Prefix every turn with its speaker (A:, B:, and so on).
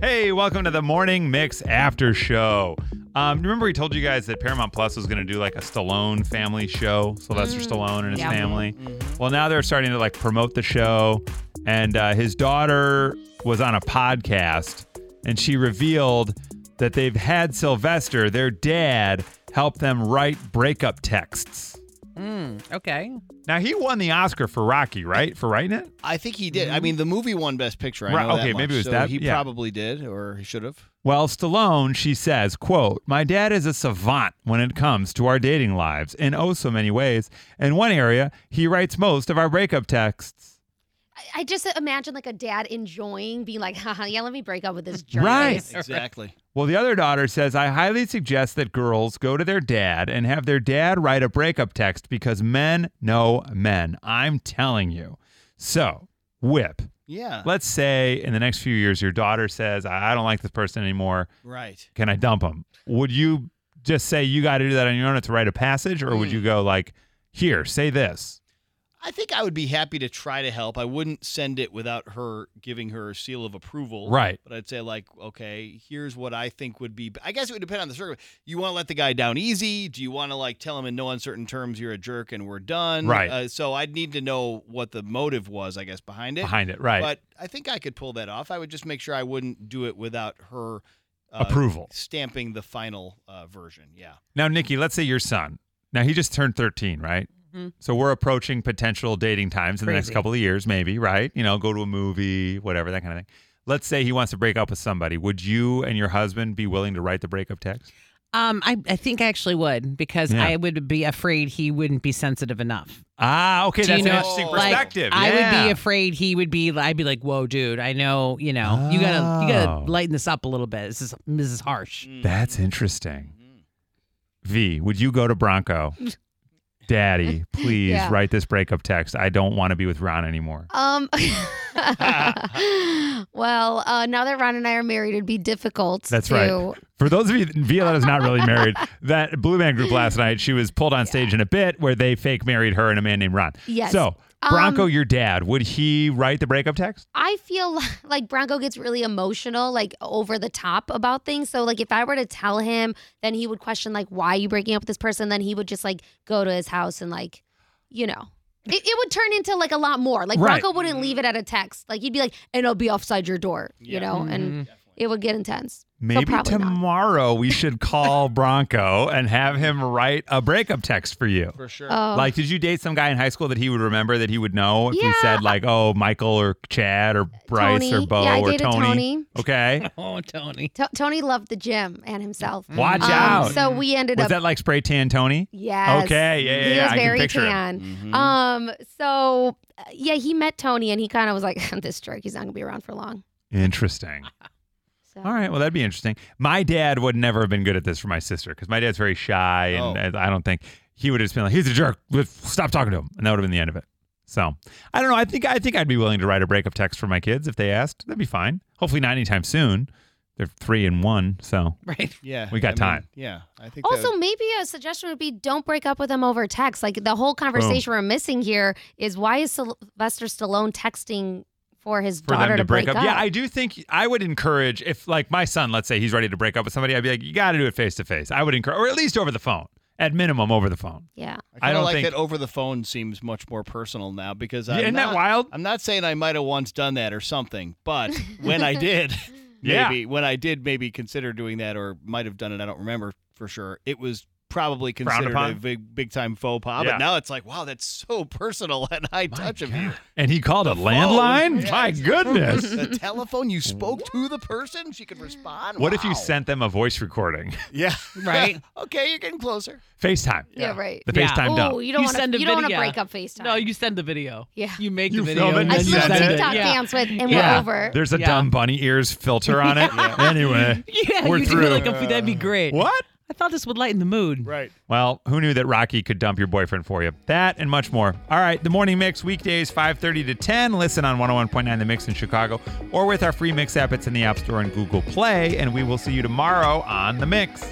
A: Hey, welcome to the Morning Mix After Show. Um, remember, we told you guys that Paramount Plus was going to do like a Stallone family show, Sylvester Stallone and his
B: Yeah.
A: family. Well, now they're starting to like promote the show, and uh, his daughter was on a podcast, and she revealed that they've had Sylvester, their dad, help them write breakup texts.
B: Okay.
A: Now he won the Oscar for Rocky, right? For writing it.
C: I think he did. I mean, the movie won Best Picture. I
A: Mm-hmm. Right,
C: know that
A: okay, maybe
C: much,
A: it was
C: so
A: that-
C: He
A: yeah.
C: probably did, or he should have.
A: Well, Stallone, she says, quote, My dad is a savant when it comes to our dating lives in oh so many ways. In one area, he writes most of our breakup texts.
D: I- I just imagine like a dad enjoying being like, haha, yeah, let me break up with this jerk.
A: Right.
C: Exactly.
A: Well, the other daughter says, I highly suggest that girls go to their dad and have their dad write a breakup text because men know men. I'm telling you. So, whip.
C: Yeah.
A: Let's say in the next few years, your daughter says, I I don't like this person anymore.
C: Right.
A: can I dump him? Would you just say you got to do that on your own? It's a rite of passage, or
B: Mm.
A: would you go like, here, say this?
C: I think I would be happy to try to help. I wouldn't send it without her giving her seal of approval.
A: Right.
C: But I'd say like, okay, here's what I think would be. I guess it would depend on the circle. You want to let the guy down easy? Do you want to like tell him in no uncertain terms you're a jerk and we're done?
A: Right.
C: Uh, so I'd need to know what the motive was, I guess, behind it.
A: Behind it, right?
C: But I think I could pull that off. I would just make sure I wouldn't do it without her uh,
A: Approval.
C: stamping the final uh, version. Yeah.
A: Now, Nikki, let's say your son. Now he just turned 13, right?
B: Mhm.
A: So we're approaching potential dating times in the next
B: Crazy.
A: couple of years, maybe, right? You know, go to a movie, whatever, that kind of thing. Let's say he wants to break up with somebody. Would you and your husband be willing to write the breakup text?
B: Um, I, I think I actually would because
A: Yeah.
B: I would be afraid he wouldn't be sensitive enough.
A: Ah, okay,
B: Do
A: that's
B: you
A: an
B: know-
A: interesting
C: like,
A: perspective.
B: I would
A: Yeah.
B: be afraid he would be. I'd be like, "Whoa, dude! I know. You know, you gotta you
A: Oh.
B: gotta lighten this up a little bit. This is this is harsh."
C: Mm-hmm.
A: That's interesting. V, would you go to Bronco? Daddy, please
D: Yeah.
A: write this breakup text. I don't want to be with Ron anymore.
D: Um, well, uh, now that Ron and I are married, it'd be difficult.
A: That's
D: to,
A: right. For those of you, Violetta's not really married. That Blue Man Group last night, she was pulled on stage in a bit where they fake married her and a man named Ron.
D: Yes.
A: So, Bronco,
D: Um,
A: your dad, would he write the breakup text?
D: I feel li- like Bronco gets really emotional, like over the top about things. So, like, if I were to tell him, then he would question, like, why are you breaking up with this person? Then he would just, like, go to his house and, like, you know, it, it would turn into, like, a lot more. Like,
A: Right.
D: Bronco wouldn't leave it at a text. Like, he'd be like, and I'll be offside your door,
C: Yeah.
D: you know, Oh,
A: Mm-hmm. Hmm.
D: and it would get intense. so
A: Maybe
D: probably not.
A: tomorrow we should call Bronco and have him write a breakup text for you.
C: For sure.
D: Oh.
A: Like, did you date some guy in high school that he would remember that he would know if we
D: Yeah.
A: said like, oh, Michael or Chad or Bryce
D: Tony.
A: or Bo
D: yeah, I
A: or
D: dated
A: Tony?
D: Tony.
A: Okay,
B: Oh, Tony.
D: To- Tony loved the gym and himself.
A: watch
D: Um,
A: out.
D: So we ended
A: was
D: up.
A: that like spray tan Tony?
D: yes.
A: Okay, yeah, yeah,
D: He
A: yeah,
D: was
A: I can
D: very
A: picture him. Mm-hmm.
D: tan.
C: Mm-hmm.
D: Um. So uh, yeah, he met Tony and he kind of was like, "This jerk, he's not gonna be around for long."
A: Interesting.
D: So.
A: All right, well that'd be interesting. My dad would never have been good at this for my sister because my dad's very shy and
C: Oh.
A: and I don't think he would have just been like, he's a jerk. Let's Stop talking to him, and that would have been the end of it. So I don't know. I think I think I'd be willing to write a breakup text for my kids if they asked. That'd be fine. Hopefully not anytime soon. They're three and one, so
B: Right.
C: Yeah.
A: We got
C: I mean,
A: time.
C: yeah. I think
D: Also,
C: that-
D: maybe a suggestion would be don't break up with him over text. Like the whole conversation we're missing here is why is Sylvester Stallone texting for his
A: for
D: daughter
A: them to,
D: break, up?
A: Yeah, I do think I would encourage if like my son, let's say he's ready to break up with somebody, I'd be like, you got to do it face to face. I would encourage, or at least over the phone, at minimum over the phone. I
D: yeah.
C: I, kinda
A: don't
C: like
A: think-
C: that over the phone seems much more personal now because
A: Yeah,
C: I'm
A: isn't that
C: not-
A: wild?
C: I'm not saying I might have once done that or something, but when I did,
A: Yeah.
C: maybe when I did maybe consider doing that or might have done it, I don't remember for sure. It was probably
A: Frowned
C: considered a
A: upon?
C: big big time faux pas,
A: Yeah.
C: but now it's like, wow, that's so personal and high touch of you.
A: And he called a landline.
C: Yeah,
A: My goodness.
C: The telephone you spoke to the person, she could respond.
A: what if you
C: Wow.
A: sent them a voice recording,
C: Yeah.
B: Right.
C: okay, you're getting closer.
A: FaceTime?
D: Yeah, Oh, right.
A: The
B: Yeah.
A: FaceTime
D: Ooh,
A: dump.
D: you don't
B: You
D: want
B: send
D: to.
B: a
D: You don't want to
B: video.
D: break up Facetime.
B: No, you send the video.
D: Yeah.
B: You make
A: You
B: the video.
A: film it and
B: and
D: I
B: then
A: you
D: still
B: you
D: have
A: send
B: send
A: it.
D: TikTok
B: Yeah.
D: dance with, and we're over.
A: There's a
B: Yeah.
A: dumb bunny ears filter on it. Anyway,
B: Yeah,
A: We're
B: you
A: through.
B: do like a, that'd be great.
A: what?
B: I thought this would lighten the mood.
C: Right.
A: Well, who knew that Rocky could dump your boyfriend for you? That and much more. All right, the morning mix weekdays 5:30 to 10. Listen on 101.9 The Mix in Chicago or with our free Mix app it's in the App Store and Google Play and we will see you tomorrow on The Mix.